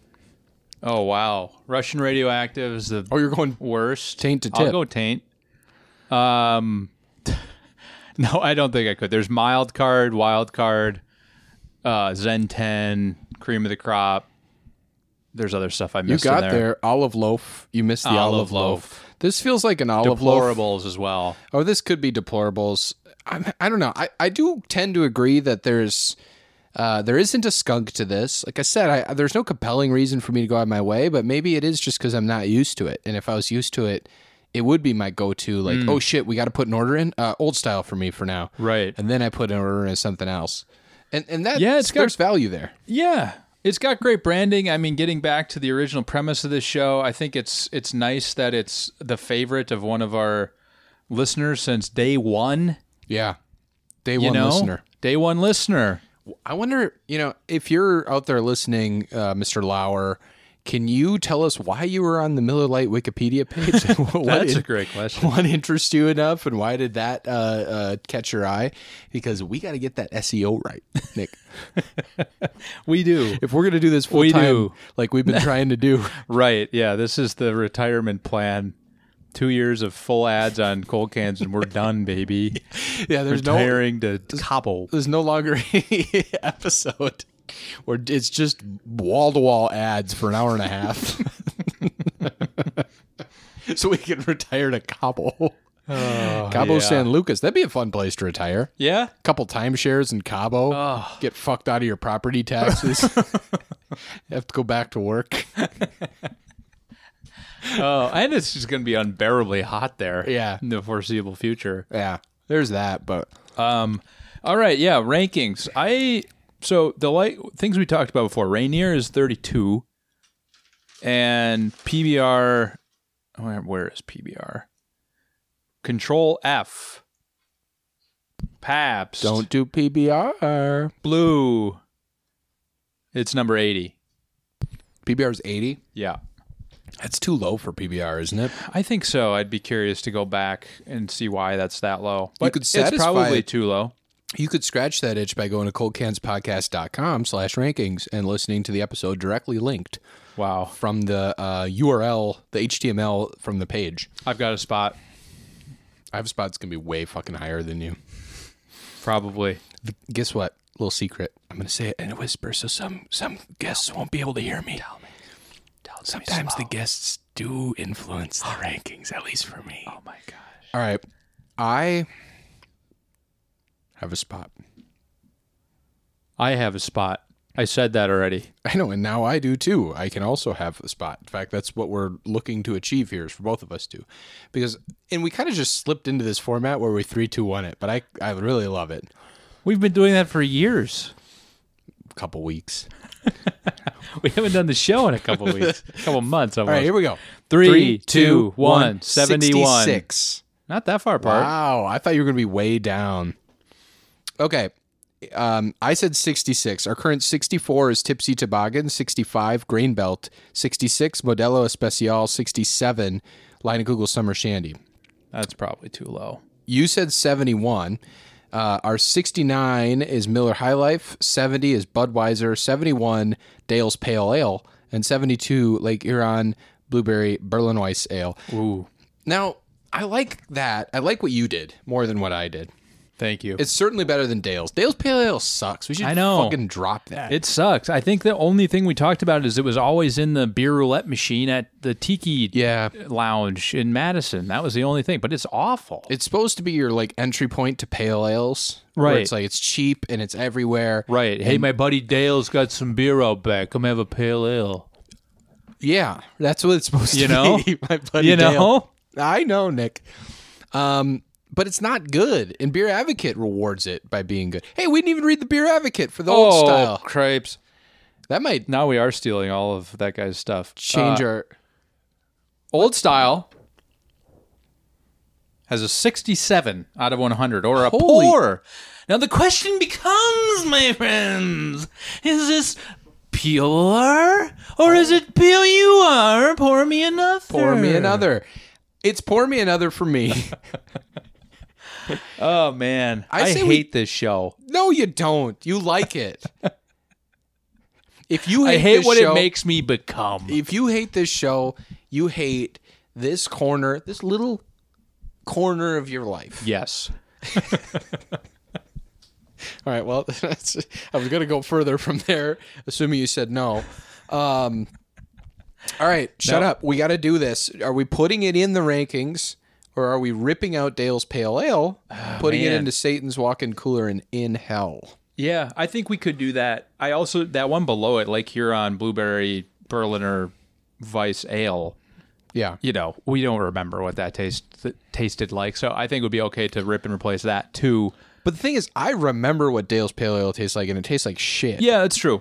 B: Oh wow. Russian radioactive is the
A: Oh, you're going.
B: worst.
A: Taint to
B: I'll
A: tip.
B: go taint. Um, <laughs> no, I don't think I could. There's mild card, wild card, uh, Zen ten, cream of the crop. There's other stuff I
A: You
B: missed.
A: got
B: in
A: there.
B: there.
A: Olive loaf. You missed the olive,
B: Olive
A: loaf.
B: loaf.
A: This feels like an olive loaf.
B: Deplorables as well.
A: Oh, this could be deplorables. I, I don't know. I, I do tend to agree that there's uh, there isn't a skunk to this. Like I said, I, there's no compelling reason for me to go out of my way, but maybe it is just because I'm not used to it. And if I was used to it, it would be my go-to. Like,
B: Hmm.
A: oh shit, we got to put an order in. Uh, old style for me for now,
B: Right.
A: And then I put an order in something else, and and that
B: Yeah, it's got-
A: there's value there.
B: Yeah. It's got great branding. I mean, getting back to the original premise of this show, I think it's it's nice that it's the favorite of one of our listeners since day one.
A: Yeah, day
B: You
A: one
B: know,
A: listener.
B: day one listener.
A: I wonder, you know, if you're out there listening, uh, Mr. Lauer, can you tell us why you were on the Miller Lite Wikipedia
B: <laughs>
A: page? what,
B: That's
A: in-
B: a great question.
A: <laughs> What interests you enough, and why did that uh, uh, catch your eye? Because we got to get that SEO right, Nick.
B: <laughs> We do.
A: if we're gonna do this full time,
B: do.
A: like we've <laughs> been trying to do,
B: Right. Yeah. This is the retirement plan. Two years of full ads on cold cans, and we're done, baby.
A: <laughs> yeah, there's
B: <laughs>
A: no,
B: Retiring to Cabo.
A: there's no
C: <laughs>
A: longer any episode where it's just wall to wall ads for an hour and a <laughs>
C: <laughs>
A: half. so we can retire to Cabo. Cabo
B: Oh, yeah.
A: San Lucas. That'd be a fun place to retire.
B: Yeah.
A: Couple timeshares in Cabo. Get fucked out of your property taxes. Have to go back to work.
B: Oh, and it's just going to be unbearably hot there.
A: Yeah.
B: In the foreseeable future.
A: Yeah. There's that, but
B: Um. All right. Yeah. Rankings. I. So the light things we talked about before. Rainier is thirty-two, and PBR. Where, where is PBR? Control F. Paps.
A: don't do PBR.
B: Blue. It's number 80.
A: PBR is 80.
B: Yeah.
A: That's too low for PBR, isn't it?
B: I think so. I'd be curious to go back and see why that's that low. But
A: could
B: it's
A: satisfy
B: probably
A: it.
B: too low.
A: You could scratch that itch by going to coldcanspodcast.com slash rankings and listening to the episode directly linked
B: Wow.
A: from the uh, URL, the HTML from the page.
B: I've got a spot.
A: I have spots going to be way fucking higher than you.
B: Probably.
A: Guess what? Little secret. I'm gonna say it in a whisper, so some some guests won't be able to hear me. Tell me. Sometimes the guests do influence the rankings, at least for me.
B: Oh my gosh.
A: All right, I have a spot.
B: I have a spot. I said that already.
A: <laughs> I know, and now I do too. I can also have a spot. In fact, that's what we're looking to achieve here is for both of us to, because and we kind of just slipped into this format where we three two one it, but I I really love it.
B: We've been doing that for years.
A: Couple weeks.
B: We haven't done the show in a <laughs> couple weeks, a couple months almost.
A: All right, here we go.
B: Three, two, one, 71.
A: 66.
B: Not that far apart.
A: Wow, I thought you were going to be way down. Okay. um, I said 66. Our current 64 is Tipsy Toboggan, 65 Grain Belt, 66 Modelo Especial, 67 Line of Google Summer Shandy.
B: That's probably too low.
A: You said 71. Uh, our 69 is Miller High Life, 70 is Budweiser, 71 Dale's Pale Ale, and 72 Lake Huron Blueberry Berlinois Ale.
B: Ooh,
A: Now, I like that. I like what you did more than what I did.
B: thank you.
A: It's certainly better than Dale's. Dale's Pale Ale sucks. We should
B: I know.
A: fucking drop that.
B: It sucks. I think the only thing we talked about is it was always in the beer roulette machine at the Tiki
A: Yeah.
B: Lounge in Madison. That was the only thing, but it's awful.
A: it's supposed to be your like entry point to pale ales. Where
B: Right.
A: it's like it's cheap and it's everywhere.
B: right. Hey, my buddy Dale's got some beer out back. Come have a pale ale.
A: Yeah. That's what it's supposed
B: You
A: to
B: know?
A: be. <laughs> My buddy
B: You know?
A: Dale. I know, Nick. Um but it's not good. And Beer Advocate rewards it by being good. Hey, we didn't even read the Beer Advocate for the
B: Oh.
A: old style.
B: cripes.
A: That might
B: Now we are stealing all of that guy's stuff.
A: change
B: Uh,
A: our
B: old style has a 67 out of 100 or a
A: Holy-
B: poor. Now the question becomes, my friends, is this pure or is it pure? Pour me another.
A: pour me another. It's pour me another for
B: <laughs>
A: me.
B: Oh man,
A: I
B: I,
A: say we-
B: hate this show.
A: no, you don't. You like it. If you hate
B: I hate
A: this
B: what
A: show-
B: it makes me become.
A: if you hate this show, you hate this corner, this little corner of your life.
B: Yes.
A: All right. Well, <laughs> that's, I was going to go further from there, assuming you said no. Um, all right. Shut up. We got to do this. Are we putting it in the rankings or are we ripping out Dale's Pale Ale, putting it
B: Ah, man.
A: into Satan's Walking Cooler and in hell?
B: Yeah, I think we could do that. I also that one below it, Lake Huron Blueberry Berliner Weiss Ale.
A: Yeah.
B: you know, we don't remember what that taste th- tasted like. So I think it would be okay to rip and replace that too.
A: But the thing is, I remember what Dale's Pale Ale tastes like, and it tastes like shit.
B: Yeah, that's true.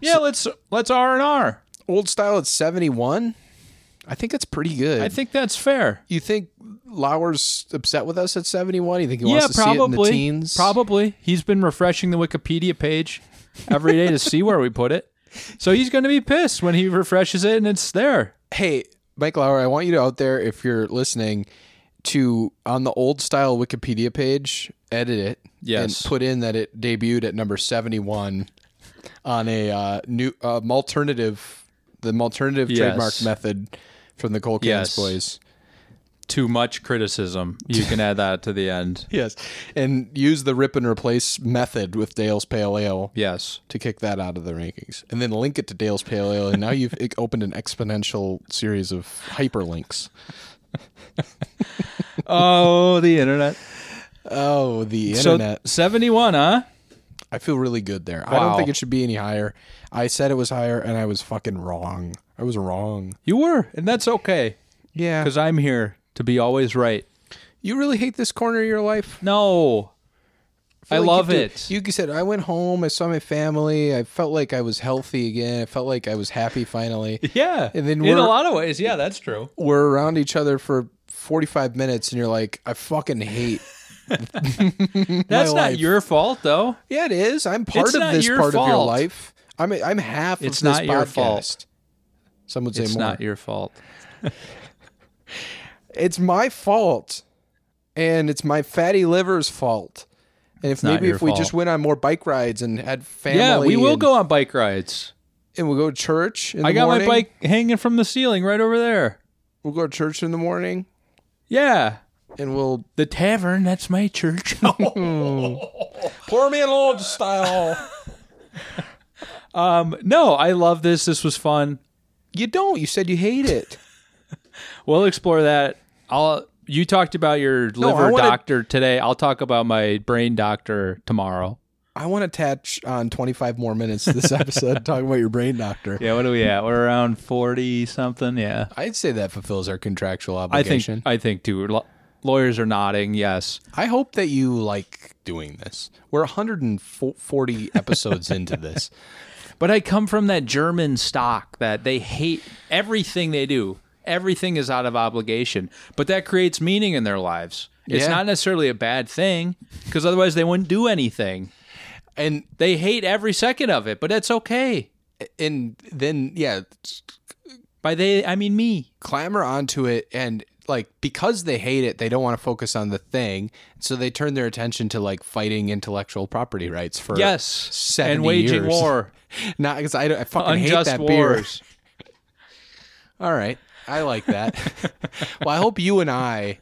B: Yeah, let's let's R and R.
A: Old style at 71. I think that's pretty good.
B: I think that's fair.
A: You think Lauer's upset with us at 71? You think he
B: Yeah,
A: wants to see it in the
B: probably.
A: teens?
B: Probably. He's been refreshing the Wikipedia page every day to see where we put it. So he's going to be pissed when he refreshes it and it's there.
A: Hey, Mike Lauer, I want you to out there, if you're listening, to on the old style Wikipedia page, edit it
B: Yes.
A: and put in that it debuted at number 71 on a uh, new uh, alternative, the alternative
B: Yes.
A: trademark method from the Cole Cans
B: Yes.
A: Boys.
B: Too much criticism. You can add that to the end.
A: Yes. And use the rip and replace method with Dale's Pale Ale.
B: Yes.
A: to kick that out of the rankings and then link it to Dale's Pale Ale. And now you've <laughs> i- opened an exponential series of hyperlinks.
B: Oh, the internet.
A: Oh, the
B: So
A: internet.
B: 71, huh?
A: I feel really good there. I don't
B: Wow.
A: think it should be any higher. I said it was higher and I was fucking wrong. I was wrong.
B: You were, and that's okay.
A: Yeah.
B: because I'm here to be always right.
A: You really hate this corner of your life?
B: No, I,
A: feel like
B: love
A: you do.
B: it.
A: You said, I went home. I saw my family. I felt like I was healthy again. I felt like I was happy <laughs> finally.
B: yeah,
A: And then
B: in
A: we're-
B: a lot of ways, yeah, that's <laughs> true.
A: We're around each other for 45 minutes and you're like, I fucking hate.
B: That's not
A: life.
B: your fault, though.
A: <laughs> Yeah, it is. I'm part
B: It's
A: of
B: not
A: this
B: your
A: part of your
B: fault.
A: life. I'm I'm half
B: It's
A: of this
B: not your
A: podcast.
B: fault.
A: Some would say
B: It's
A: more.
B: not your fault.
A: it's my fault, and it's my fatty liver's fault. And if
B: not
A: maybe
B: your
A: if we
B: fault.
A: just went on more bike rides and had family,
B: yeah, we will
A: and,
B: go on bike rides.
A: and we'll go to church. In
B: I
A: the
B: got
A: morning.
B: my bike hanging from the ceiling right over there.
A: We'll go to church in the morning,
B: Yeah,
A: and we'll
B: the tavern. That's my church.
A: pour me an old style.
B: um, no, I love this. This was fun.
A: <laughs> you don't. You said you hate it.
B: We'll explore that. I'll. You talked about your liver
A: I wanna-
B: doctor today. I'll talk about my brain doctor tomorrow.
A: I want to attach on 25 more minutes to this episode talking about your brain doctor.
B: Yeah, what are we at? We're around forty something. Yeah,
A: I'd say that fulfills our contractual
B: I think
A: obligation.
B: I think too. Lo- lawyers are nodding. Yes,
A: I hope that you like doing this. We're 140 episodes into this.
B: but I come from that German stock that they hate everything they do. Everything is out of obligation, but that creates meaning in their lives. It's
A: Yeah.
B: not necessarily a bad thing because otherwise they wouldn't do anything.
A: And
B: They hate every second of it, but that's okay.
A: and then yeah,
B: By they, I mean me.
A: clamor onto it and like because they hate it, they don't want to focus on the thing, so they turn their attention to like fighting intellectual property rights for
B: Yes,
A: 70
B: and waging
A: years.
B: war,
A: Not because I, don't- I fucking hate
B: unjust
A: that beer.
B: wars.
A: <laughs> All right. I like
B: <laughs>
A: that. well, I hope you and I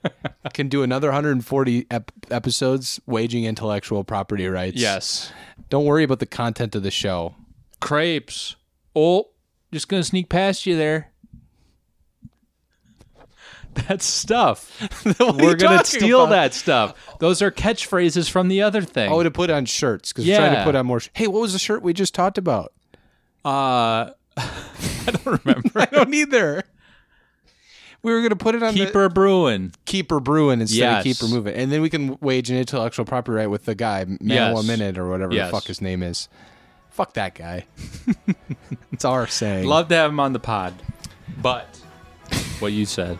A: can do another 140 ep- episodes waging intellectual property rights.
B: Yes,
A: Don't worry about the content of the
B: <laughs>
A: show.
B: crepes. Oh, just gonna sneak past you there. That's stuff.
A: <laughs> are
B: We're
A: you
B: gonna
A: talking
B: steal
A: about?
B: that stuff. Those are catchphrases from the other thing.
A: Oh, to put on shirts because we're trying to
B: Yeah.
A: put on more. Sh- hey, what was the shirt we just talked about?
B: uh,
A: <laughs> I
B: <laughs>
A: don't either. We were going to put it on the
B: keeper brewing.
A: keeper brewing instead of
B: Yes.
A: keeper moving, and then we can wage an intellectual property right with the guy Manuel
B: Yes.
A: Minute or whatever
B: Yes.
A: the fuck his name is. Fuck that
B: <laughs>
A: guy. it's our saying.
B: Love to have him on the pod, but what you said.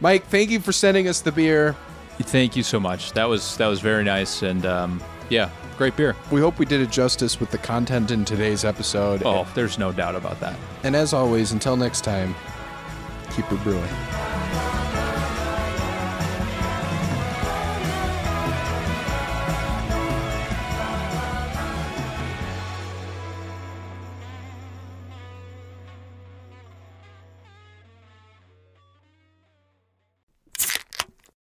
A: Mike, thank you for sending us the beer.
B: Thank you so much. That was that was very nice, and um, yeah, great beer.
A: We hope we did it justice with the content in today's episode.
B: Oh, there's no doubt about that.
A: And as always, until next time, keep it brewing.